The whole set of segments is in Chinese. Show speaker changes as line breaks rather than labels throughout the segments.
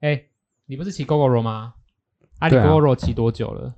哎、你不是骑 GoGoRo 吗？啊，你
对啊
GoGoRo 骑多久了？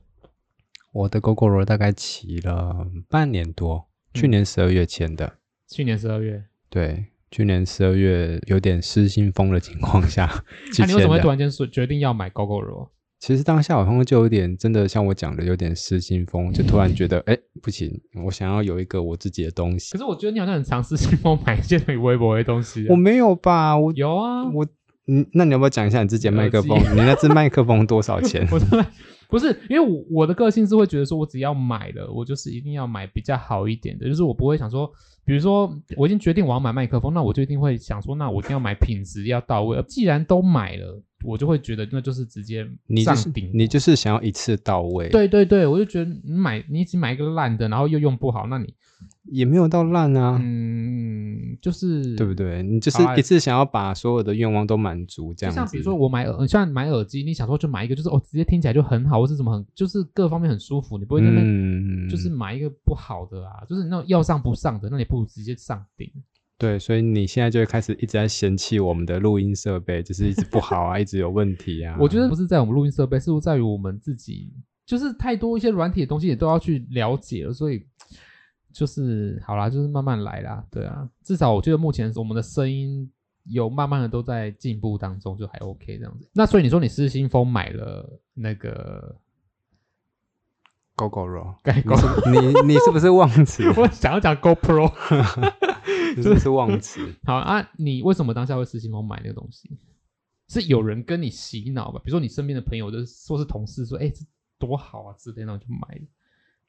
我的 GoGoRo 大概骑了半年多，
嗯
去年十二月签的。
去年十二月。
对，去年十二月有点失心疯的情况 下去
那、啊你为什
签
么会突
的。啊
然间说决定要买 GoGoRo？
其实当下好像就有点真的像我讲的，有点失心疯，就突然觉得哎、不行，我想要有一个我自己的东西
可。是我觉得你好像很尝试性帮我 买一些很微博的东西啊、
我没有吧？我
有啊，
我嗯，那你要不要讲一下你自己的麦克风？
耳？
你那只麦克风多少钱
我都在不是因为我我的个性是会觉得说，我只要买了，我就是一定要买比较好一点的，就是我不会想说，比如说我已经决定我要买麦克风，那我就一定会想说，那我一定要买品质要到位。呃既然都买了，我就会觉得那就是直接
你就
上
是
顶。哦
你就是想要一次到位，，
对对对，我就觉得你买你只买一个烂的，然后又用不好，那你
也没有到烂啊，
嗯就是
对不？对？你就是
好啊
一次想要把所有的愿望都满足，这
就
样
像
子。
比如说我买耳，像买耳机，你想说就买一个，就是哦直接听起来就很好，或是什么很就是各方面很舒服，你不会在那边
嗯，
就是买一个不好的啊，就是那种要上不上的，那你不如直接上顶。
对，所以你现在就会开始一直在嫌弃我们的录音设备，就是一直不好 啊，一直有问题啊。
我觉得不是在我们录音设备，是在于我们自己，就是太多一些软体的东西也都要去了解了，所以就是好啦，就是慢慢来啦，对啊，至少我觉得目前我们的声音有慢慢的都在进步当中，就还 OK 这样子。那所以你说你失心疯买了那个
狗狗肉，
盖
你
狗，
是你你是不是忘词？
我想要讲 GoPro，
你是不是忘 词？
好啊，你为什么当下会失心疯买那个东西？是有人跟你洗脑吧？比如说你身边的朋友，就是说是同事说，哎、这多好啊之类的，然后就买了。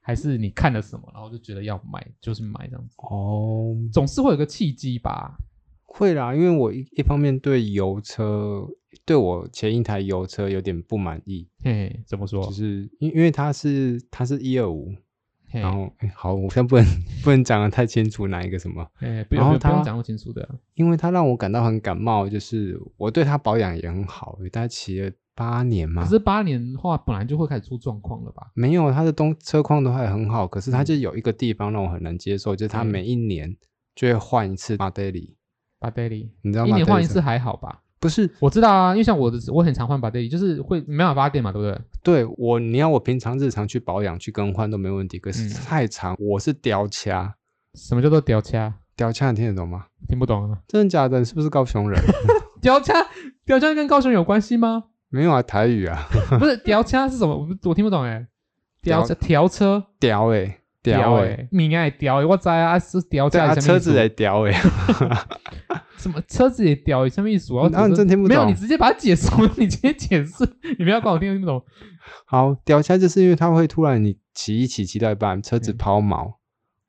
还是你看了什么，然后就觉得要买，就是买这样子，
哦，
总是会有个契机吧？
会啦，因为我一一方面对油车，对我前一台油车有点不满意，
嘿，怎么说
就？是因因为它是它是一二五，
嘿，
然后哎好，我现在不能 不能讲的太清楚哪一个什么，
嘿，不
然后
用不
他
用讲那么清楚的啊、
因为它让我感到很感冒，就是我对它保养也很好，也大概骑了八年嘛。
可是八年的话，本来就会开始出状况了吧？
没有，它的东车况都还很好，可是它就有一个地方让我很难接受，就是它
嗯
每一年就会换一次马德里，
巴德里
你知道
一
吗？
年换一次，还好吧？
不是
我知道啊，因为像我的，我很常换巴德里，就是会没办法发电嘛，对不对？
对我，你要我平常日常去保养去更换都没问题，可是
嗯
太长，我是雕掐，
什么叫做屌掐？
雕掐你听得懂吗？
听不懂啊？
真的假的？你是不是高 雄人？
屌掐，屌掐跟高雄有关系 吗？
没有啊，台语啊，
不是，屌掐是什么？我不我听不懂哎、欸。屌车，调车，
雕哎、欸，雕哎、欸，
欸，名哎，屌哎、我知道啊，啊是屌
对
车
啊，
什么
车
意思
子也雕哎、欸，
什么车子也屌，什么意思？我要
那啊你
怎么
真听不
没有，
懂
你直接把它解释， 你直接解释，你不要管我听不听不懂。
好，雕掐就是因为它会突然你骑一骑骑到一半，车子
嗯
抛锚，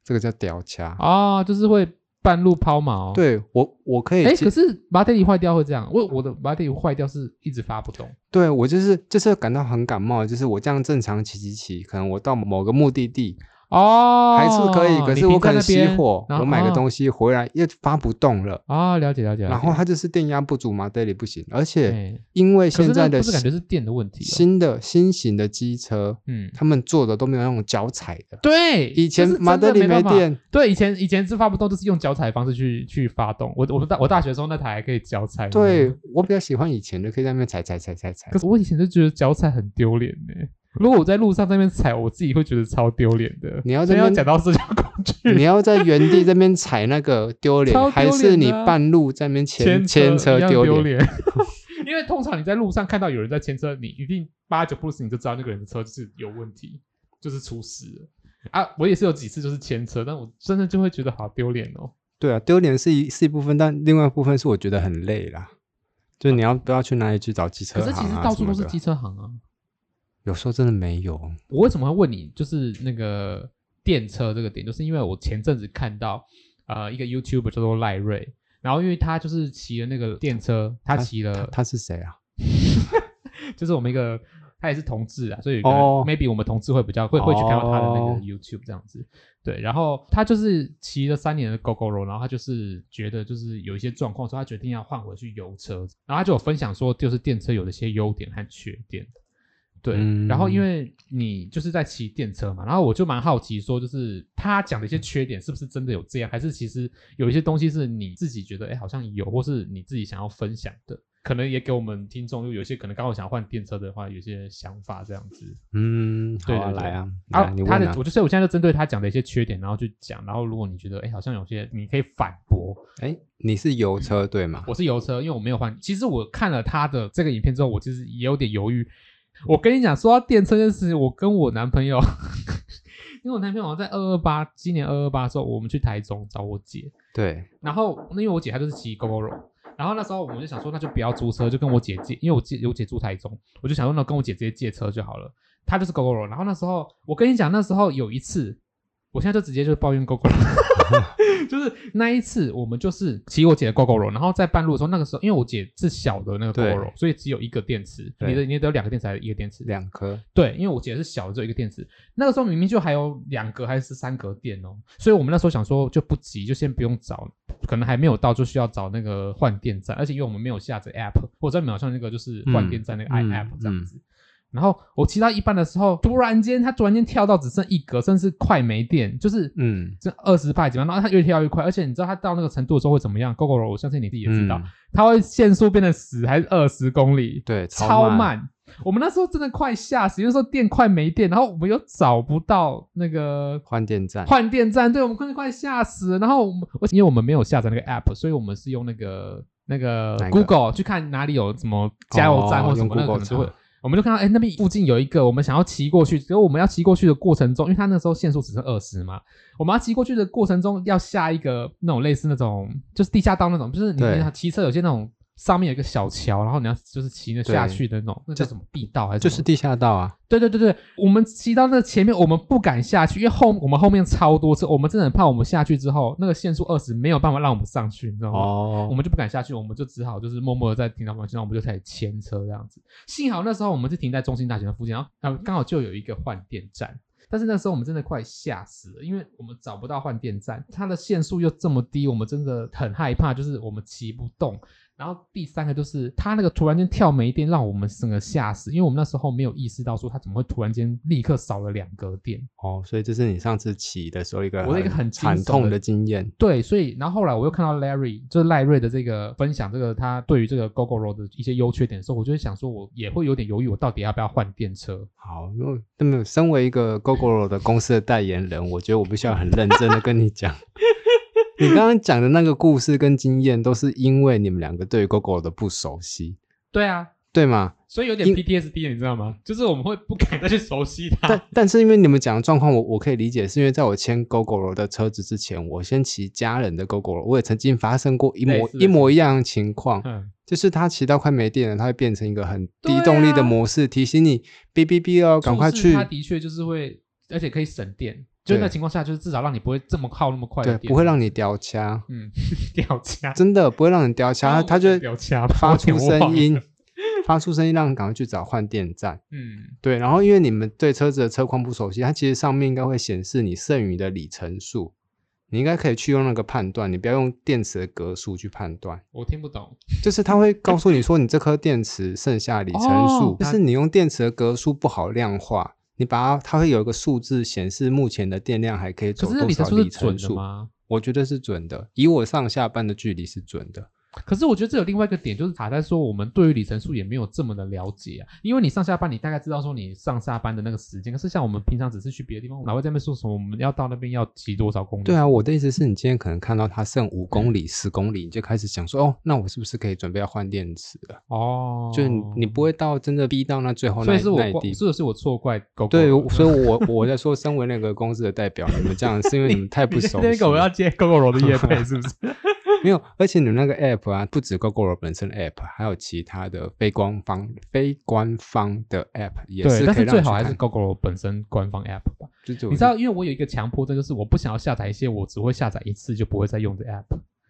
这个叫雕掐。
哦，就是会半路抛锚。，
对我，我可以
哎、
接
可是马德里坏掉会这样，我我的马德里坏掉是一直发不动。
对我就是就是感到很感冒，就是我这样正常骑骑骑，可能我到某个目的地
哦，
还是可以，可
你
是
停
我可
在
能
那
熄
边
火，
然后
我买个
哦
东西回来又发不动了，
哦，了解了解。了
然后
解
它就是电压不足嘛，这里不行，而且
哎
因为
可是
现在
那
的
不是感觉
新
是电的问题、哦。
新的新型的机车，
嗯，
他们做的都没有那种脚踩的，
对，
以
就
前
是真
马
的
德里
没
没
办法。
电，
对，以前以前是发不动，就是用脚踩的方式去去发动。我我大我大学的时候那台还可以脚踩。
对，我比较喜欢以前的，可以在那边踩踩踩踩
嗯
踩
可，是我以前就觉得脚踩很丢脸呢。如果我在路上在那边踩，我自己会觉得超丢脸的。
你要
真
在
的要
那边
讲到社交工
你
具，
要在原地这边踩那个丢脸，
嗯超丢
还是
脸的
你
啊
半路在那边牵
牵
牵车
一样
丢
丢
脸？
脸。 因为通常你在路上看到有人在牵车，你一定八九不离十，你就知道那个人的车就是有问题，就是出事了啊！我也是有几次就是牵车，但我真的就会觉得好丢脸哦。
对啊，丢脸是一是一部分，但另外一部分是我觉得很累啦。就你要不要去哪里去找机车
可
行
是
啊
其实到
什
处
么
都是
的
机车行啊。
有时候真的没有。
我为什么会问你就是那个电车这个点，就是因为我前阵子看到呃一个 YouTuber 叫做赖瑞，然后因为他就是骑了那个电车，他骑
他
了
他是谁啊？
就是我们一个他也是同志啊，所以
哦
哦 maybe 我们同志会比较会会去看到他的那
哦
个 YouTube 这样子。对，然后他就是骑了三年的 GoGoRo，然后他就是觉得就是有一些状况，所以他决定要换回去油车，然后他就有分享说，就是电车有的一些优点和缺点。对，
嗯
然后因为你就是在骑电车嘛，然后我就蛮好奇说，就是他讲的一些缺点是不是真的有这样，还是其实有一些东西是你自己觉得哎好像有，或是你自己想要分享的，可能也给我们听众，就有些可能刚好想换电车的话，有些想法这样子。
嗯，好
对
啊，
对对
来啊，
啊
来，你，问
他的
啊，
我就所以我现在就针对他讲的一些缺点，然后去讲。然后如果你觉得，哎，好像有些你可以反驳。
哎，你是油车对吗？
我是油车，因为我没有换。其实我看了他的这个影片之后，我其实也有点犹豫。我跟你讲，说到电车这件事情，我跟我男朋友， 因为我男朋友好像在二二八，今年二二八的时候，我们去台中找我姐，
对，
然后那因为我姐她就是骑 GoGoRo，然后那时候我们就想说，那就不要租车，就跟我姐借，因为我姐我姐住台中，我就想说那跟我姐直接借车就好了。她就是 GoGoRo，然后那时候我跟你讲，那时候有一次，我现在就直接就抱怨 GoGoRo，就是那一次我们就是骑我姐的 GoGoRo，然后在半路的时候，那个时候因为我姐是小的那个
对
GoGoRo，所以只有一个电池，
对
你的你得有两个电池还是一个电池？
两颗，
对，因为我姐是小的，只有一个电池。那个时候明明就还有两格还是三格电哦，所以我们那时候想说就不急，就先不用找，可能还没有到就需要找那个换电站，而且因为我们没有下载 app，我在秒上那个就是换电站那个 i
嗯
app
嗯
这样子。然后我骑到一半的时候，突然间它突然间跳到只剩一格，甚至快没电，就是
嗯，
这二十块几万，然后它越跳越快，而且你知道它到那个程度的时候会怎么样？GoGo 我相信你自己也知道，
嗯，
它会限速变成十还是二十公里，
对，
超
慢，
慢。我们那时候真的快吓死，因为说电快没电，然后我们又找不到那个
换电站，
换电站，对我们真的快吓死了。然后我们我因为我们没有下载那个 app，所以我们是用那个那个
哪一个
Google 去看哪里有什么加油站
哦
或什
用
么，那个可
Google
能就会
查。
我们就看到，哎、那边附近有一个，我们想要骑过去，结果我们要骑过去的过程中，因为它那时候限速只剩二十嘛，我们要骑过去的过程中要下一个那种类似那种就是地下道那种，就是你
对
你骑车有些那种上面有一个小桥，然后你要就是骑那
对
下去的那种，那叫
就
什么地道还是
就
什
是
么
地下道啊，
对对对对，我们骑到那前面，我们不敢下去，因为后我们后面超多车，我们真的很怕我们下去之后那个限速二十没有办法让我们上去，你知道吗？我
哦，
们就不敢下去，我们就只好就是默默的在停到旁边，然后我们就开始牵车这样子。幸好那时候我们是停在中心大学的附近，然后然后刚好就有一个换电站。但是那时候我们真的快吓死了，因为我们找不到换电站，它的限速又这么低，我们真的很害怕，就是我们骑不动。然后第三个就是它那个突然间跳没电，让我们整个吓死，因为我们那时候没有意识到说它怎么会突然间立刻少了两格电。
哦，所以这是你上次骑的时候一个
我的一个很惊
惨
悚
痛
的
的经验，
对，所以然后后来我又看到 Larry 就是赖瑞的这个分享，这个他对于这个 GoGoRo 的一些优缺点的时候，我就会想说，我也会有点犹豫，我到底要不要换电车？
好，因为那么身为一个 GoGoRo 的公司的代言人，我觉得我必须要很认真的跟你 讲，你刚刚讲的那个故事跟经验，都是因为你们两个对于 GoGoRo 的不熟悉，
对啊，
对吗？
所以有点
因
PTSD，你知道吗？就是我们会不敢再去熟悉
但
它。
但是因为你们讲的状况，我我可以理解，是因为在我签 GoGoRo 的车子之前，我先骑家人的 GoGoRo，我也曾经发生过一
类
模
似的
一模一样的情况，
嗯，
就是它骑到快没电了，它会变成一个很
对
低
啊
动力的模式，提醒你哔哔哔哦，赶快
促使
去
它，的确就是会，而且可以省电。就那
对
情况下，就是至少让你不会这么耗那么快的
对，
电，
不会让你掉掐，
嗯 掉价。
真的不会让你掉
然
掐，
后
它就会
掉价吧
发出声，
我有点忘
音
了，
发出声音让你赶快去找换电站。
嗯，
对，然后因为你们对车子的车况不熟悉，它其实上面应该会显示你剩余的里程数，你应该可以去用那个判断，你不要用电池的格数去判断，
我听不懂。
就是它会告诉你说你这颗电池剩下里程数
哦，
但是你用电池的格数不好量化，你把它它会有一个数字显示目前的电量还可以
可
走
是那
多
里程
少
数是
里
准
程
的
数，
吗？
我觉得是准的，以我上下班的距离是准的。
可是我觉得这有另外一个点，就是卡在说我们对于里程数也没有这么的了解啊。因为你上下班，你大概知道说你上下班的那个时间，可是像我们平常只是去别的地方，哪会在那边说什么我们要到那边要骑多少公里？
对啊，我的意思是你今天可能看到它剩五公里、十公里，你就开始想说，哦，那我是不是可以准备要换电池了？
哦，
就是你你不会到真的逼到那最后
所
那
以是我
那一
怪
地步。
是是我错怪狗狗。
对，我所以我我在说，身为那个公司的代表，你们这样是因为你们 太不熟
那
悉
个我要
了。
接狗狗柔的夜配是不是？
没有，而且你们那个 app 啊，不止 GoGoRo 本身的 app，还有其他的非官方非官方的 app 也
对，但
可
是
以让
最
你去
好还是
看
狗狗柔本身官方 app 吧。
就是我
你知道，因为我有一个强迫症，就是我不想要下载一些我只会下载一次就不会再用的 app。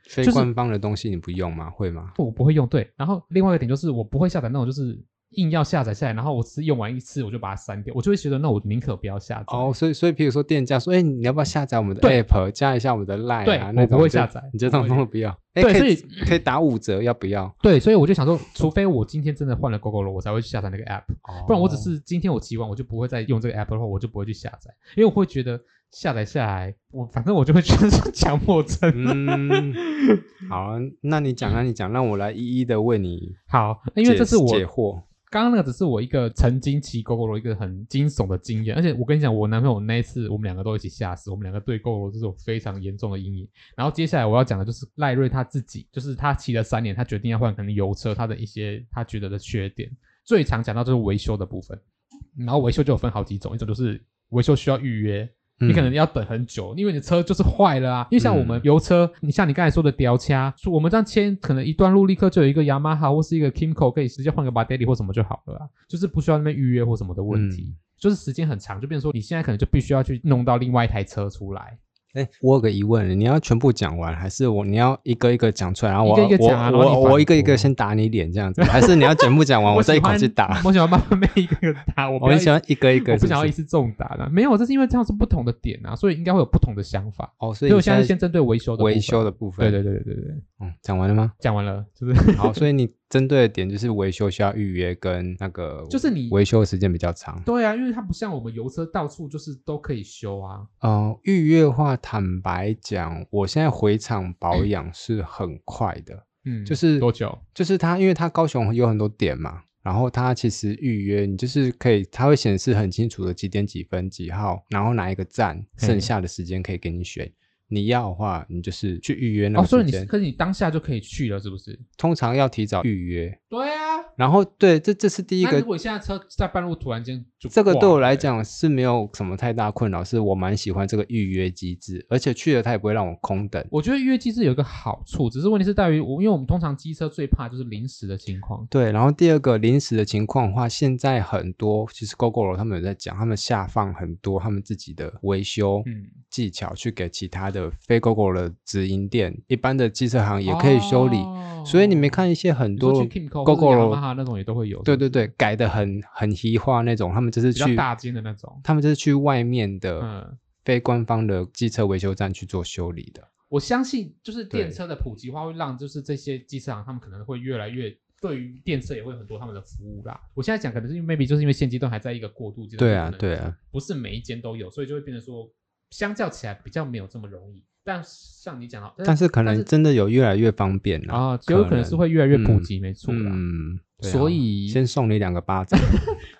非
就是
官方的东西你不用吗？会吗？
不，我不会用。对，然后另外一个点就是我不会下载那种就是硬要下载下来，然后我只用完一次我就把它删掉，我就会觉得那我宁可不要下载。
哦，所以所以，比如说店家说，哎、你要不要下载我们的
对
app，加一下我们的 line
对
啊？
我
那
不
种
会
就
下载
你这
我
种
不会
都不要。哎、
对
可
所以
可以打五折，要不要？
对，所以我就想说，除非我今天真的换了 GoGo 了，我才会去下载那个 app，
哦
不然我只是今天我骑完我就不会再用这个 app 的话，我就不会去下载，因为我会觉得下载下来，我反正我就会觉得是 强迫症。
嗯，好啊，那你讲啊，你讲，让我来一一的为你
好，因为这是
解
我
解惑。
刚刚那个只是我一个曾经骑 GoGo 罗一个很惊悚的经验，而且我跟你讲，我男朋友那一次我们两个都一起吓死，我们两个对 GoGo 罗是有非常严重的阴影。然后接下来我要讲的就是赖瑞他自己，就是他骑了三年，他决定要换可能油车，他的一些他觉得的缺点，最常讲到就是维修的部分。然后维修就有分好几种，一种就是维修需要预约，你可能要等很久，因为你的车就是坏了啊。因为像我们油车，你像你刚才说的吊掐，我们这样牵，可能一段路立刻就有一个雅马哈或是一个 Kimco，可以直接换个 b a d e l i 或什么就好了啊，就是不需要那边预约或什么的问题。就是时间很长，就变成说你现在可能就必须要去弄到另外一台车出来。
哎、我有个疑问，你要全部讲完，还是我你要一个一个讲出来？然后我
一个一个讲啊
我
然后你
我
反
我一个一
驳
个先打你脸这样子，还是你要全 部讲完，我
喜
再一口
欢
气打？
我喜欢慢慢被一个一个打，我
我
不要
很喜欢一个一个
我
是
不
不
想要一
是，
次重打的。没有，这是因为这样是不同的点啊，所以应该会有不同的想法。
哦，所
所
以
以我
你
现
现
在
在
是先针对维修的
维
部分
修的部
对，
分，
对对对对对，
嗯，讲完 了吗？
讲完了，就是
好，所以你针对的点就是维修需要预约，跟那个
就是你
维修的时间比较长。
对啊，因为它不像我们油车到处就是都可以修啊。
呃，预约的话，坦白讲，我现在回厂 保养是很快的，
嗯，
就是
多久？
就是它，因为它高雄有很多点嘛，然后它其实预约你就是可以，它会显示很清楚的几点几分几号，然后哪一个站，
嘿
剩下的时间可以给你选。你要的话，你就是去预约那
哦，
个
所以
时
你
间，
可是你当下就可以去了，是不是？
通常要提早预约。
对啊。
然后对，这这是第一
那
个
如果现在车在半路突然间就
这个
挂
对我来
了，欸
讲是没有什么太大困扰，是我蛮喜欢这个预约机制，而且去了它也不会让我空等。
我觉得预约机制有一个好处，只是问题是在于我，因为我们通常机车最怕就是临时的情况。
对，然后第二个临时的情况的话，现在很多其实 GoGo 他们有在讲，他们下放很多他们自己的维修
嗯，
技巧去给其他的非 GoGo 的直营店，一般的机车行也可以修理。
哦
所以你没看一些很
你
多
说去 Kimco 或者雅
Gogoro-
马哈那种也都会有，
对
是不
对
是
对，改的很很西化那种，他们就是
比较
去
大间的那种。
他们就是去外面的
嗯，
非官方的机车维修站去做修理的。
我相信就是电
对
车的普及化会让就是这些机车行他们可能会越来越对于电车也会有很多他们的服务啦。我现在讲可能是因为 maybe 就是因为现阶段还在一个过渡阶段，
对啊
可能
对啊，
不是每一间都有，所以就会变成说相较起来比较没有这么容易。但像你讲到，
但是可能真的有越来越方便了。
啊，有可能是会越来越普及，没错啦。
嗯，对啊
所以
先送你两个 巴掌。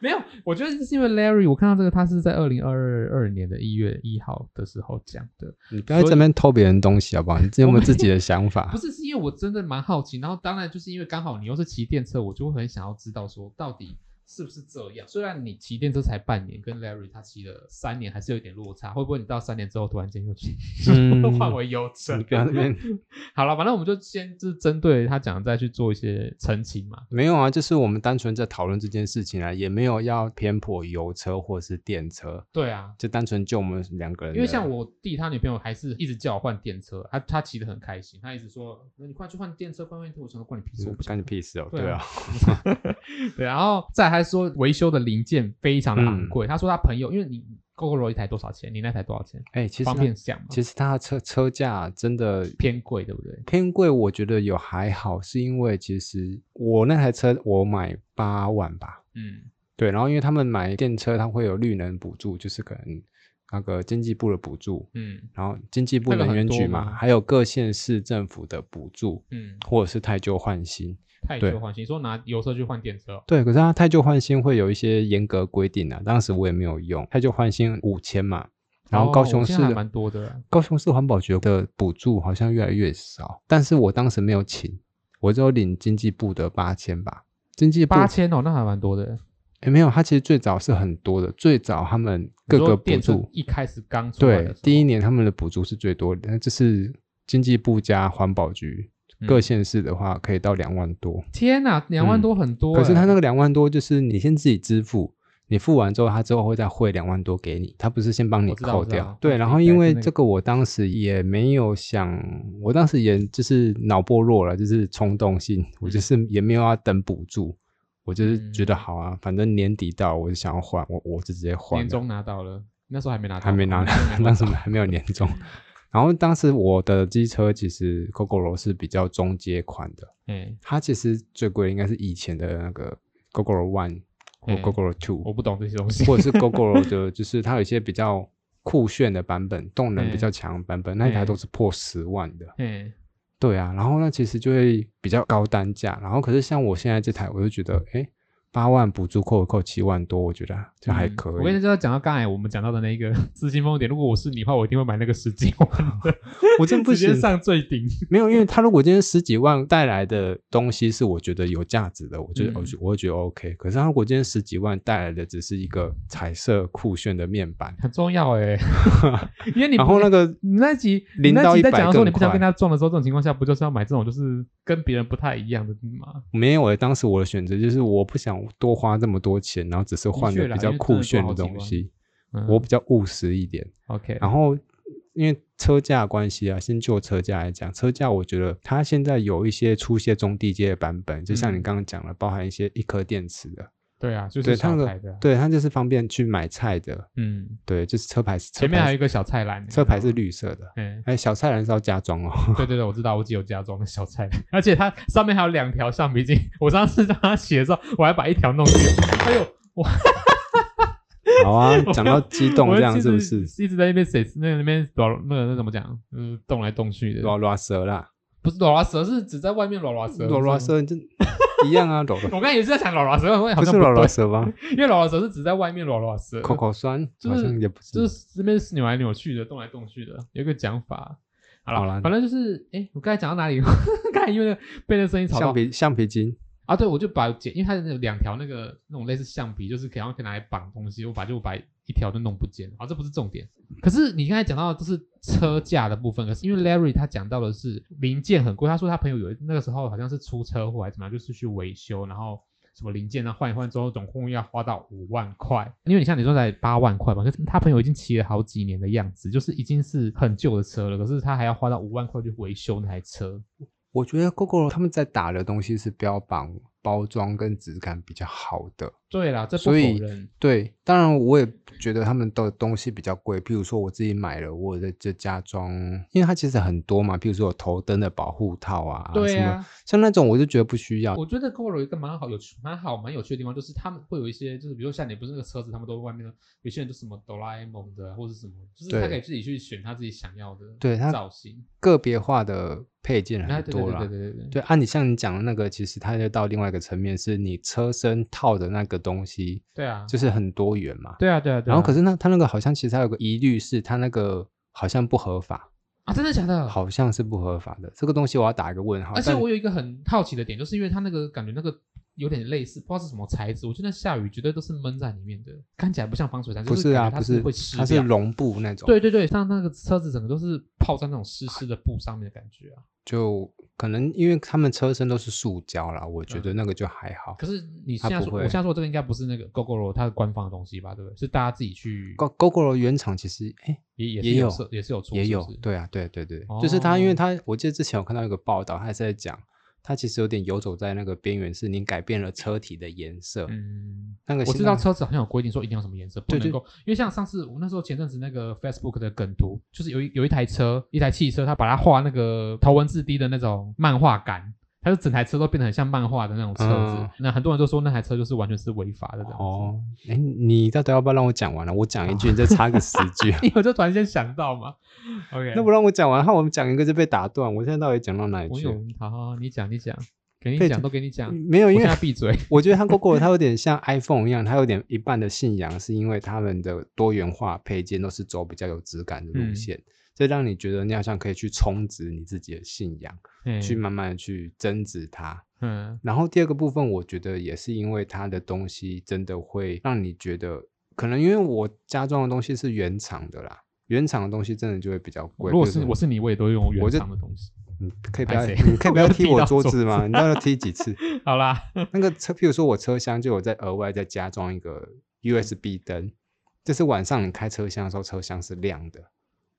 没有，我觉得是因为 Larry，我看到这个他是在二零二二年的一月一号的时候讲的，
你不要在这边偷别人东西好不好？你有没有自己的想法
不？是，是因为我真的蛮好奇，然后当然就是因为刚好你又是骑电车，我就会很想要知道说到底是不是这样。虽然你骑电车才半年，跟 Larry 他骑了三年，还是有一点落差。会不会你到三年之后突然间又骑，
嗯
换为油车？
你不要在那边。
好了，反正我们就先就是针对他讲的再去做一些澄清嘛。
没有啊，就是我们单纯在讨论这件事情啊，也没有要偏颇油车或是电车，
对啊，
就单纯就我们两个人的。
因为像我弟他女朋友还是一直叫我换电车，他他骑得很开心，他一直说那你快去换电车，换电车，我想说关你屁事，我
嗯，
不想
干你屁事哦，
对
对啊
啊， 对，然后再还说维修的零件非常的
嗯
昂贵，他说他朋友，因为你 GoGo 一台多少钱，你那台多少钱，
哎，其实
方
它
便讲吗？
其实它的车车价真的
偏贵，对不对？
偏贵，我觉得有还好，是因为其实我那台车我买八万吧，
嗯，
对，然后因为他们买电车，它会有绿能补助，就是可能那个经济部的补助，
嗯
然后经济部
那个
能
很
源
多
局
吗
嘛，还有各县市政府的补助，
嗯，
或者是太旧换新。
太
对
旧换新，说拿油车去换电车哦，
对，可是它太旧换新会有一些严格规定啊，当时我也没有用，太旧换新五千嘛，然后高
哦
雄
现
市
在还
的
蛮多的啊
高雄市环保局的补助好像越来越少，但是我当时没有请，我只有领经济部的八千吧。经济部
八千哦，那还蛮多的。
诶没有，它其实最早是很多的，最早他们各
你说
个补
电车
助，
一开始刚出来
对
的，
第一
一
年他们的补助是最多的，那这是经济部加环保局，各县市的话可以到两万多。
嗯天哪，两万多很多欸，
嗯可是他那个两万多就是你先自己支付，你付完之后，他之后会再汇两万多给你，他不是先帮你
我知道
扣
我知
掉
道。
对，
我
然
自己
后
改
因
成
为
那个
这个我当时也没有想，我当时也就是脑波弱了，就是冲动性，我就是也没有要等补助。我就是觉得
嗯
好啊，反正年底到，我就想要换，我我就直接换
年
了。
终拿到了，那时候还没拿到，哦
还没拿， 当时还没有年终。然后当时我的机车其实 GoGoRo 是比较中阶款的，
哎，
它其实最贵的应该是以前的那个 GoGoRo One 或
嗯
GoGoRo
我
Two，
不懂这些东西，
或者是 GoGoRo 的，就是它有一些比较酷炫的版本，动能比较强的版本，那一台
嗯
都是破十万的。
嘿，
对啊，然后那其实就会比较高单价，然后可是像我现在这台，我就觉得，哎，八万补助扣一扣七万多，我觉得啊就还
嗯
可
我跟
以。
你说，讲到刚才我们讲到的那个 资金风点，如果我是你的话，我一定会买那个十几万的，
我真不
直接
行，
上最顶。
没有，因为他如果今天十几万带来的东西是我觉得有价值的，我就、我
嗯
就我会觉得 OK。可是他如果今天十几万带来的只是一个彩色酷炫的面板，
很重要哎、 因为你
然后那
个
个
你那集
零
你那
到
集
一
在
百
讲说
更
你不想
快
跟他撞的时候，这种情况下不就是要买这种就是跟别人不太一样的吗？
没有，欸当时我的选择就是我不想多花这么多钱，然后只是换
的确
的
啦
比较
因为真
酷
的
炫
多
的
好几
东
万
西，
嗯、
我比较务实一点。
OK，
然后因为车价关系啊，先就车价来讲，车价我觉得它现在有一些出现中低阶的版本，就像你
嗯
刚刚讲了，包含一些一颗电池的，
对啊，就是
对它
小
那
台
个
的啊，
对它就是方便去买菜的，
嗯，
对，就是车牌是车
前面
牌
还有
是
一个小菜篮，
车牌是
绿，
绿色的，
嗯，
哎，小菜篮是要加 装哦，
对对对，我知道，我姐有家装的小菜篮，而且它上面还有两条橡皮筋，我上次让她洗的时候，我还把一条弄丢，哎呦，
好啊，讲到激动
我
这样是不
其实
是？
一直在那边谁那个那边哆那个那怎么讲，嗯，动来动去的，
拉拉蛇啦，
不是哆啦蛇，是只在外面哆啦蛇，
拉拉
是吗。
蛇就一样啊，拉
我刚才也是在想老拉蛇，我也好
不
像
是拉
对
拉蛇吗？
因为老老蛇是只在外面老老蛇，
口口酸
就
好
是
像也不，
就是是这边是扭来扭去的，动来动去的，有一个讲法。好
好
了，
啦
反正就是，哎，我刚才讲到哪里？ 刚才因为那个被那声音吵
橡
到
皮橡皮筋，
啊，对，我就把剪，因为它有两条那个那种类似橡皮，就是可以然后可以拿来绑东西，我把就把一条就弄不见了。啊，这不是重点。可是你刚才讲到的都是车价的部分，可是因为 Larry 他讲到的是零件很贵，他说他朋友有那个时候好像是出车祸还是怎么样，就是去维修，然后什么零件呢换一换之后，总共要花到五万块。因为你像你说才八万块嘛，可是他朋友已经骑了好几年的样子，就是已经是很旧的车了，可是他还要花到五万块去维修那台车。
我觉得 GoGo 他们在打的东西是标榜包装跟质感比较好的。
对啦，这不否
所以
认。
对，当然我也觉得他们的东西比较贵，譬如说我自己买了，我的就加装，因为它其实很多嘛，譬如说有头灯的保护套啊，
对
什
呀、
么像那种我就觉得不需要。
我觉得 GoGo 有一个蛮好、有趣、蛮好、蛮有趣的地方，就是他们会有一些，就是比如说像你不是那个车子，他们都外面的，有些人就什么哆啦 A 梦的啊，或者是什么，就是他
对
可以自己去选他自己想要的
对它
造型，
个别化的配件
哎
很
对对
多
对
啦
对。对对
对，按、啊你像你讲的那个，其实它就到另外一个层面，是你车身套的那个东西，
对啊，
就是很多元嘛。
对啊对啊对啊。
然后可
是
是那它那个好像其实还有个疑虑是，它那个好像不合法。
啊，真的假的？，
好像是不合法的。这个东西我要打一个问号。
而且
但
我有一个很好奇的点，就是因为它那个感觉那个有点类似，不知道是什么材质，我觉得下雨绝对都是闷在里面的，看起来不像防水材，
不
是
是
感觉
啊，不
它
是
会，湿
它是
掉。
绒布那种，
对，对对，像那个车子整个都是泡在那种湿湿的布上面的感觉啊。
就可能因为他们车身都是塑胶啦，我觉得
嗯
那个就还好。
可是你
它
现在
不
说，我
会
现在说这个应该不是那个 GoGoRo 它的官方的东西吧？对不对？是大家自己去
Go GoGo 的原厂其实哎
也也
也
是有
有
设也是有出
也
是不
有
是，哦
对啊，对对对，就是它，因为它我记得之前有看到一个报道，它是在讲它其实有点游走在那个边缘，是你改变了车体的颜色，
嗯，
那个
我
形
知道
状
车子好像有规定说一定要什么颜色，不
对
能
对
够，因为像上次我那时候前阵子那个 Facebook 的梗图，就是有一有一台车，一台汽车，它把它画那个头文字 D 的那种漫画感。它就整台车都变得很像漫画的那种车子，
嗯
那很多人都说那台车就是完全是违法的这样子。
哦，哎，你到底要不要让我讲完了？啊我讲一句，你再插个十句
，因为 我就突然间想到嘛，OK，
那不让我讲完，那我们讲一个就被打断。我现在到底讲到哪一
我
句？
有好好，好你讲你讲，给你
对
讲
这
都给你讲，
没有，
我
因
现
为
在闭嘴。
我觉得它 GoGo 它有点像 iPhone 一样，它有点一半的信仰是因为他们的多元化配件都是走比较有质感的路
嗯
线，这让你觉得你好像可以去充值你自己的信仰，
嗯
去慢慢的去增值它。
嗯
然后第二个部分，我觉得也是因为它的东西真的会让你觉得，可能因为我加装的东西是原厂的啦，原厂的东西真的就会比较贵。
如果
比
是
说
我是你，我也都用原
我就
厂的东西。
你可以不
拍
要，
谁
你可以
我
不要
又
踢
踢
我
到
桌
桌
子吗？你到底要踢几次？
好啦，
那个车，譬如说我车厢就有在额外再加装一个 USB 灯，就是晚上你开车厢的时候，车厢是亮的。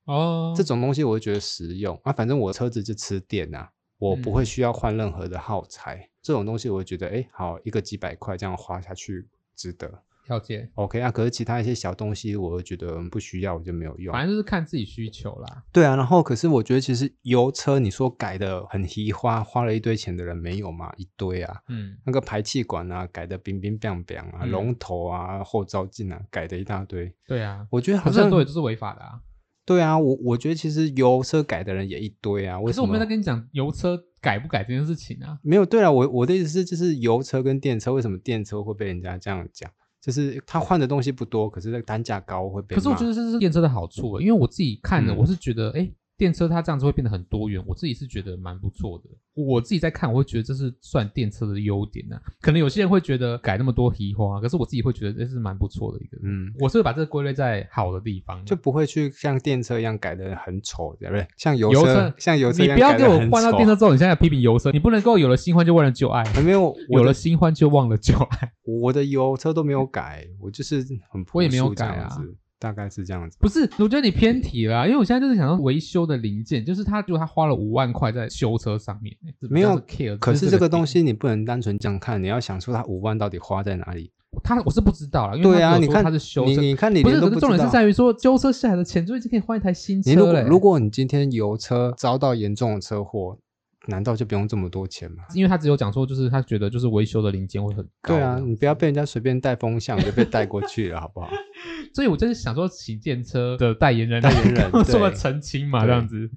哦，
这种东西我就觉得实用啊，反正我车子就吃电啊，我
嗯
不会需要换任何的耗材。这种东西我就觉得，哎，好一个几百块这样花下去值得。
了解，
OK 啊，可是其他一些小东西，我觉得不需要，我就没有啊用。
反正就是看自己需求啦。
对啊，然后可是我觉得其实油车你说改的很稀花，花了一堆钱的人没有嘛，一堆啊，
嗯，
那个排气管啊改的冰冰冰冰啊，
嗯
龙头啊后照镜啊改的一大堆，
对啊，
我觉得好
可是很
像
多也都是违法的啊。
对啊，我我觉得其实油车改的人也一堆啊，
可
为
是
什
我
么？
没有在跟你讲油车改不改这件事情啊。
没有，对啊，我我的意思是，就是油车跟电车，为什么电车会被人家这样讲？就是他换的东西不多，可是那个单价高会被
可
骂。
是我觉得这是电车的好处、啊因为我自己看了，
嗯
我是觉得，哎、电车它这样子会变得很多元，我自己是觉得蛮不错的。我自己在看，我会觉得这是算电车的优点呢、可能有些人会觉得改那么多皮花，可是我自己会觉得这是蛮不错的一个。
嗯，
我是会把这个归类在好的地方，
就不会去像电车一样改的很丑，对不对？像油
油
车，
车
像油车一
你
样
不要
改
给
得
我
很
换到
丑哎
电车。之后，你现在批评油车，你不能够有了新欢就忘了旧爱，
还没有，我
有了
的
新欢就忘了旧爱，
我的油车都没有改，我就是很朴
我也没有
素这
改
样
啊
子，大概是这样子。
不是？我觉得你偏题了啊、因为我现在就是想到维修的零件，就是他就他花了五万块在修车上面，哎
没有
比较 care，
可
只
是
是
这个东
点
西你不能单纯这样看，你要想说它五万到底花在哪里？
他我是不知道啦，因为
对啊，
他只
你
有说
看
他是修
你
车，
你看你
不是，
连都
可是
不
重
知
点是
道
在于说修车下来的钱就已经可以换一台新
你如
车
果
了。
如果你今天油车遭到严重的车祸，难道就不用这么多钱吗？
因为他只有讲说，就是他觉得就是维修的零件会很高，
对啊，你不要被人家随便带风向就被带过去了，好 不好？
所以我就是想说，骑电车的代言人
代言
来
人
做
对
了澄清嘛，
对
这样子。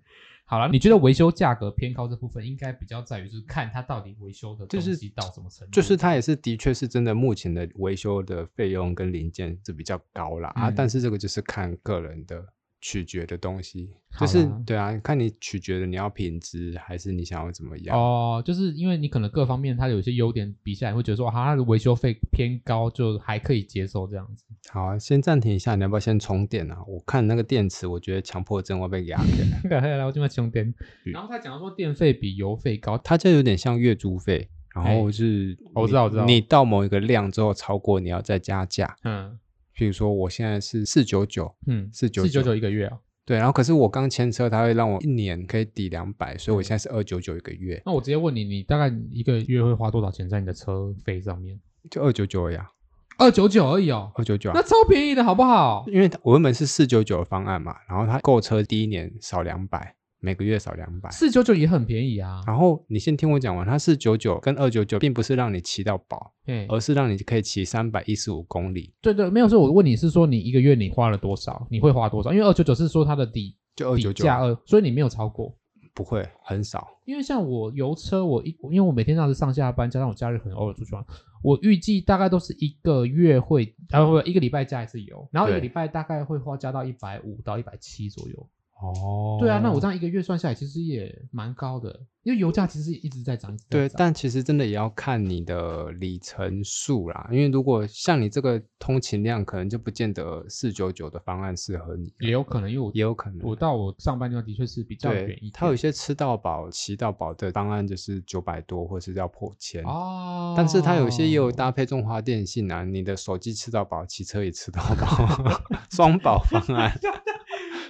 好了，你觉得维修价格偏高这部分，应该比较在于就是看他到底维修的东
就是
西到什么程度，
就是它也是的确是真的，目前的维修的费用跟零件是比较高啦、啊，
嗯
但是这个就是看个人的取决的东西，
好
就是
啦
对啊，看你取决的你要品质还是你想要怎么样。
哦，就是因为你可能各方面它有一些优点比下来，会觉得说，啊，它的维修费偏高，就还可以接受这样子。
好、啊，先暂停一下，你要不要先充电啊？我看那个电池，我觉得强迫症会被压起来，
来来来，我这边充电。然后他讲说电费比油费高，
它就有点像月租费。然
哎
后是你、
哦我知道我知道
你到某一个量之后超过，你要再加价。
嗯
譬如说，我现在是四九九，
嗯，
499
四九九一个月啊。
对，然后可是我刚签车，它会让我一年可以抵两百，所以我现在是二九九一个月，
那我直接问你，你大概一个月会花多少钱在你的车费上面？
就二九九呀，
二九九而已哦，
二九九
那
啊。
超便宜的好不好？
因为它我原本是四九九的方案嘛，然后它购车第一年少两百，每个月少两百。
四九九也很便宜啊。
然后你先听我讲完，它四九九跟二九九并不是让你骑到饱，
哎，
而是让你可以骑三百一十五公里，
对对，没有说我问你是说你一个月你花了多少，你会花多少？因为二九九是说它的底
就二
底
九九，
价二，所以你没有超过。
不会很少。
因为像我油车，我一因为我每天这样子上下班，加上我假日可能偶尔出去玩，我预计大概都是一个月会，啊不不，一个礼拜加一次油，然后一个礼
对
拜大概会花加到一百五到一百七左右。
哦
对啊，那我这样一个月算下来，其实也蛮高的，因为油价其实一直在涨，一直在
对，
涨。
但其实真的也要看你的里程数啦，因为如果像你这个通勤量，可能就不见得四九九的方案适合你，啊
也有可能，因为我
也有可能。啊
我到我上班地方的确是比较远一
对
点，。
它有一些吃到饱、骑到饱的方案，就是九百多或是要破千。
哦，
但是它有一些也有搭配中华电信啊，你的手机吃到饱，骑车也吃到饱， 双保方案。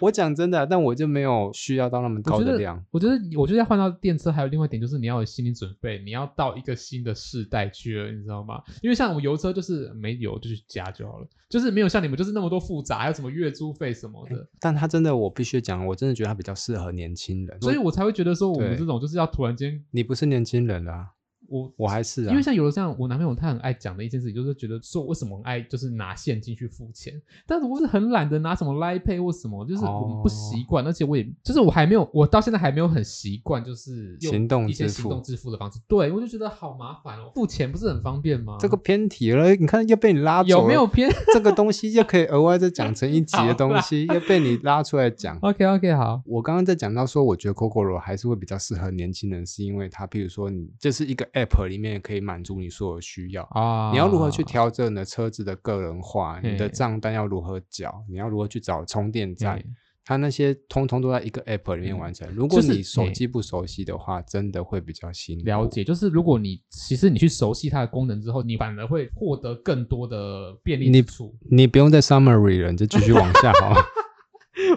我讲真的啊、但我就没有需要到那么
我
高
觉
的
得
量。。
我觉得，我觉得要换到电车，还有另外一点就是你要有心理准备，你要到一个新的世代去了，你知道吗？因为像我油车就是没油就去加就好了，就是没有像你们就是那么多复杂，还有什么月租费什么的，
但它真的，我必须讲，我真的觉得它比较适合年轻人。
所以我才会觉得说我们
对
这种就是要突然间
你不是年轻人啦、
我。
我还是啊，
因为像有的像我男朋友，他很爱讲的一件事情，就是觉得说为什么很爱就是拿现金去付钱，但是我是很懒得拿什么 Line Pay 或什么，就是我们不习
哦
惯，而且我也就是我还没有，我到现在还没有很习惯，就是用
行动
一些
支
行
付
动支付的方式。对我就觉得好麻烦哦，付钱不是很方便吗？
这个偏题了，你看又被你拉走了
有没有？偏
这个东西又可以额外再讲成一集的东西，又被你拉出来讲。
？OK OK 好，
我刚刚在讲到说，我觉得 Coco 还是会比较适合年轻人，是因为它，譬如说你这是一个 App 里面可以满足你所有需要。
啊，
你要如何去？调整你的车子的个人化？你的
嘿
账单要如何缴？你要如何去找充电站
对？嗯
它那些通通都在一个 App 里面完成。如
就
果
是
你手
嘿
机不熟悉的话，真的会比较辛苦。
了解，就是如果你其实你去熟悉它的功能之后，你反而会获得更多的便利
你
之处。
你不用再 summary 了，你就继续往下好了。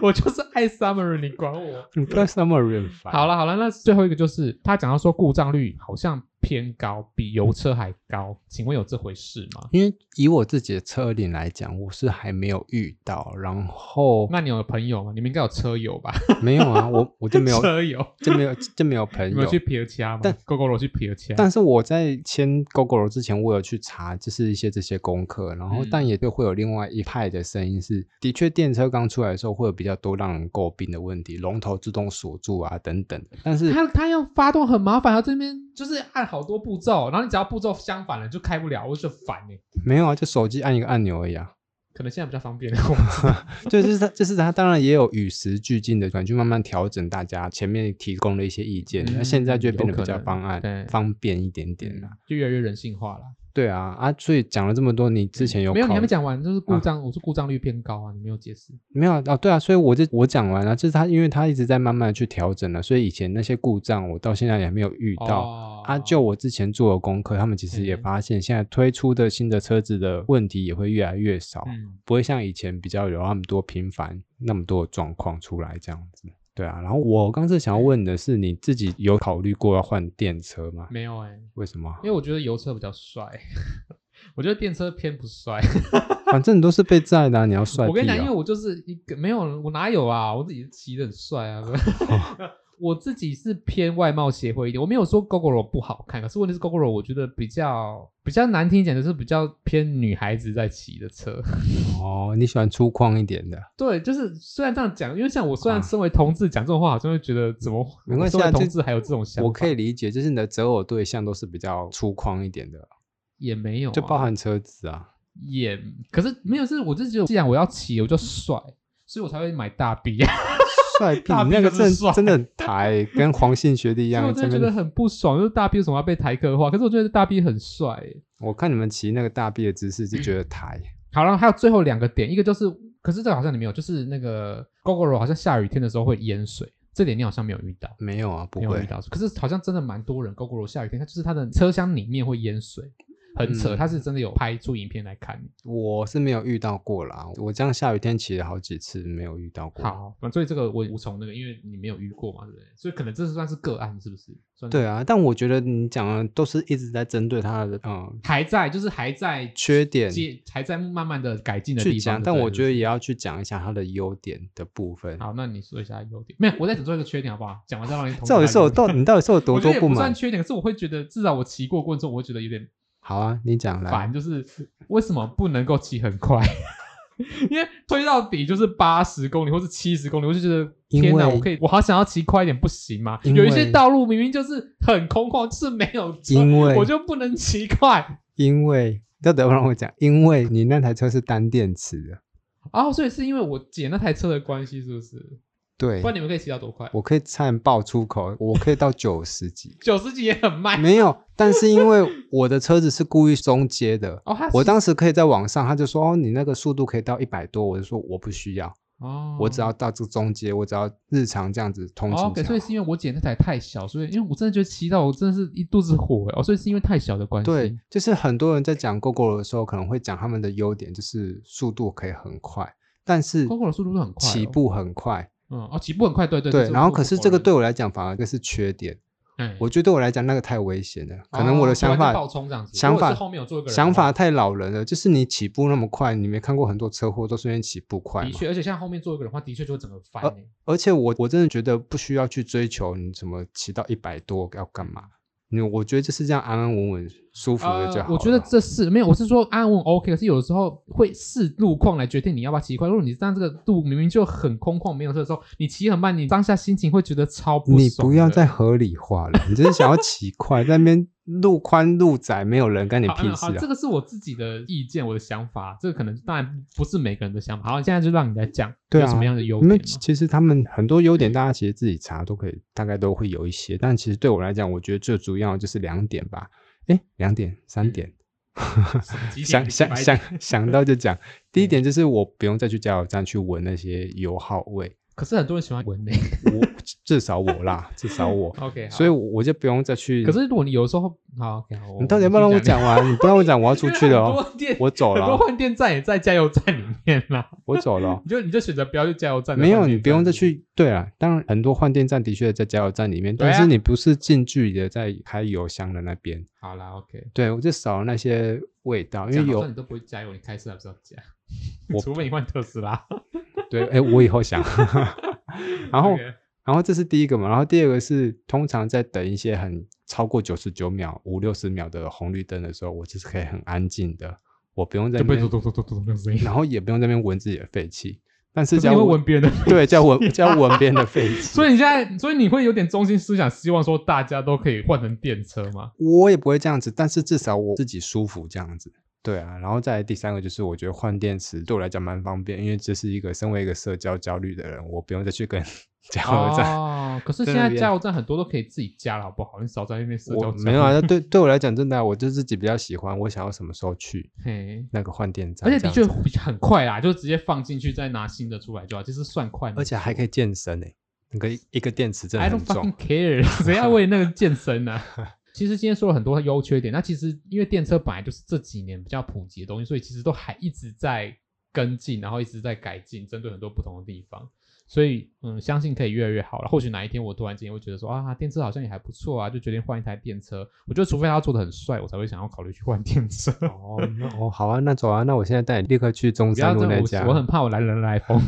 我就是爱 Summer，你管我？
你不要 summary 很烦。
好，了好了，那最后一个就是他讲到说故障率好像偏高，比油车还高，请问有这回事吗？
因为以我自己的车龄来讲，我是还没有遇到，然后
那你有朋友吗？你们应该有车友吧？
没有啊，我我就 没有
车友，
就没有就没有朋
你
友
们有。去撇掐吗？
但
狗狗罗去撇掐，
但是我在签 GoGo 之前，我有去查，就是一些这些功课，然后
嗯
但也就会有另外一派的声音是，的确电车刚出来的时候会有比较多让人诟病的问题，龙头自动锁住啊等等的，但 是
他他要发动很麻烦，他这边就是按好多步骤，然后你只要步骤相反了就开不了，我就烦哎、
没有啊，就手机按一个按钮而已啊。
可能现在比较方 便，我不知道
对，就是它，就是它，当然也有与时俱进的，去慢慢调整大家前面提供的一些意见，那、
嗯
现在就变得
有可
比较
能
方案
对嗯
方便一点点啦。
就越来越人性化了。
对啊，啊，所以讲了这么多，你之前有
没有？你
考
还没
虑
讲完，就是故障，我说故障率偏高啊，你没有解释。
没有啊哦，对啊，所以我就我讲完了，就是他，因为他一直在慢慢地去调整了，所以以前那些故障我到现在也没有遇到。
哦
啊，就我之前做的功课，他们其实也
嗯
发现，现在推出的新的车子的问题也会越来越少，
嗯，
不会像以前比较有那么多频繁、那么多的状况出来这样子。对啊，然后我刚是想要问的是，你自己有考虑过要换电车吗？
没有哎、
为什么
因？为我觉得油车比较帅， 我觉得电车偏不帅。
反正你都是被载的啊、你要帅、屁
我跟你讲，因为
哦
我就是一个没有，我哪有啊？我自己骑的很帅啊。
哦
我自己是偏外貌协会一点，我没有说 Gogoro 不好看，可是问题是 Gogoro 我觉得比较比较难听一点，就是比较偏女孩子在骑的车。
哦，你喜欢粗犷一点的，
对，就是虽然这样讲，因为像我虽然
啊
身为同志讲这种话，好像会觉得怎么
没关系啊
身为
这
同志还有这种想法，
我可以理解，就是你的择偶对象都是比较粗犷一点
哦
的，
也没有啊、
就包含车子啊。
也可是没有，是我就觉得既然我要骑，我就帅，所以我才会买大 B 啊。
帅屁，
大
你那
屁
个
就是
真
帅
真的很台，跟黄信学弟一
所以我
样。
真
这
的觉得
边
很不爽，就是大 B 为什么要被台客化？可是我觉得大 B 很帅耶、
我看你们骑那个大臂的姿势就觉得台。
好了，还有最后两个点，一个就是，可是这个好像你没有，就是那个 GoGoRo 好像下雨天的时候会淹水，这点你好像没有遇到，
没有啊，不
没有遇
会。
到。可是好像真的蛮多人 GoGoRo 下雨天，它就是它的车厢里面会淹水，很扯，
嗯
它是真的有拍出影片来看。
我是没有遇到过啦，我这样下雨天骑了好几次，没有遇到过。，
好，反正所以这个我也无从那个，因为你没有遇过嘛，对不对？所以可能这算是个案，是不是？算是
对啊，但我觉得你讲的都是一直在针对他的嗯
还在，就是还在
缺点
接，还在慢慢的改进的
去
地方
讲，
就对了。
但我觉
得
得也要去讲一下他的优点的部分。
好，那你说一下优点，没有，我再只做一个缺点好不好？讲完再让你同意
到底
他
是
的
我
优点
到你到底是有多
我觉
多
得也
不
不算
满？
缺点，可是我会觉得至少我骑过过程中，我会觉得有点
好啊，你讲来
烦，。就是为什么不能够骑很快？ 因为推到底就是八十公里或是七十公里，我就觉得
因为
天哪，我可以，我好想要骑快一点，不行吗？
因为
有一些道路明明就是很空旷，就是没有车，
因为
我就不能骑快
因为要等会让我讲，因为你那台车是单电池的，
哦，所以是因为我姐那台车的关系，是不是？
对
不，然你们可以骑到多快？
我可以差点爆粗口，我可以到九十几，
九十几也很慢
没有，但是因为我的车子是故意松接的，
哦。它
我
骑
当时可以在网上，他就说哦，你那个速度可以到一百多，我就说我不需要，
哦，
我只要到这中街，我只要日常这样子通
哦
勤
，OK，
就好
所以是因为我姐那台太小，所以因为我真的觉得骑到我真的是一肚子火哦，所以是因为太小的关系。
对，就是很多人在讲 GoGo 的时候，可能会讲他们的优点，就是速度可以很快，但是
GoGo 的速度是很快哦
起步很快，
嗯，哦，起步很快，对对
对，然后可是这个，对
我
我来讲反而这是缺点。
不否认哎
我觉得对我来讲，那个太危险了。可能
哦
我
突然
的想
就
法、
爆冲这样子，
想
如果是
法
后面有做一个人哦
想
的
法
话
太老人了，就是你起步那么快，你没看过很多车祸都是因为起步快
的
嘛。
确，而且像后面做一个人的话，的确就会整个翻、
呃
欸
而且我我真的觉得不需要去追求你什么骑到一百多要干嘛。你我觉得就是这样安安稳稳、舒服的就好了、
呃我觉得这是没有，我是说安稳 OK，可是有的时候会视路况来决定你要不要骑快。如果你让这个路明明就很空旷没有车的时候，你骑很慢，你当下心情会觉得超不爽。
你不要再。合理化了，你只是想要骑快，在那边路宽路窄，没有人干你
好，
屁
嗯
事
好，
啊！
这个是我自己的意见，我的想法，这个可能当然不是每个人的想法。好，现在就让你来讲，
对啊
有什么样的优
因
点
为
吗？
其其实他们很多优点，大家其实自己查都可以，大概都会有一些。但其实对我来讲，我觉得最主要就是两点吧。哎，两点、三点，
几嗯点
想
几
想
百
想
点
想到就 讲。第
嗯
一点就是我不用再去加油站去闻那些油耗味，
可是很多人喜欢闻呢、
我至少我啦，至少我，
OK，好
所以我我就不用再去。
可是如果你有时候好，OK，好，我
你到底要不要让我？讲完？你不让我讲，我要
我
出
们继
去
续
了
讲因为 很
哦，
多店，
我走
很
了
多
哦，
换电站也在加油站里面啦。
我走了哦。
你就你就选择不要去加油站的
没有，
换电站。
你不用再去。对啊，当然很多换电站的确在加油站里面，
对啊
但是你不是近距离的在开油箱的那边。
好啦，OK。
对，我就少了那些味道，因为
讲好像
有
你都不会加油，你开车还不是要加？
我
除非你换特斯拉。
对，哎，我以后 想。然后
OK
然后这是第一个嘛，然后第二个是通常在等一些很超过九十九秒、五六十秒的红绿灯的时候，我就是可以很安静的，我不用在
就
那
被
边
咚，咚咚咚咚咚的声音，
然后也不用在那边闻自己的废气，但
不
是
是
叫
因为闻别人的。
对 叫闻叫闻别人的废气，
所以你现在，所以你会有点中心思想，希望说大家都可以换成电车吗？
我也不会这样子，但是至少我自己舒服这样子。对啊，然后再来第三个就是，我觉得换电池对我来讲蛮方便，因为这是一个身为一个社交焦虑的人， 我不用再去跟加油站。
哦，可是
在
现
那
在
边
加油站很多都可以自己加了，好不好？你少在那边社
我
交。
没有啊，，那对对我来讲，真的啊、我就自己比较喜欢，我想要什么时候去
嘿，
那个换电站，
而且的
这
确
样子，
比很快啦，就直接放进去，再拿新的出来就好，其实算快。
而且还可以健身诶、那个一一个电池真的
I don't
很重
fucking。care，谁 要为那个健身 呢、其实今天说了很多优缺点，那其实因为电车本来就是这几年比较普及的东西，所以其实都还一直在跟进，然后一直在改进，针对很多不同的地方。所以，嗯，相信可以越来越好了。或许哪一天我突然间会觉得说啊，电车好像也还不错啊，就决定换一台电车。我觉得除非他做的很帅，我才会想要考虑去换电 车。
哦，那哦，好啊，那走啊，那我现在带你立刻去中
不要
山
这
路
样
那
我
家。
我很怕我来人来疯。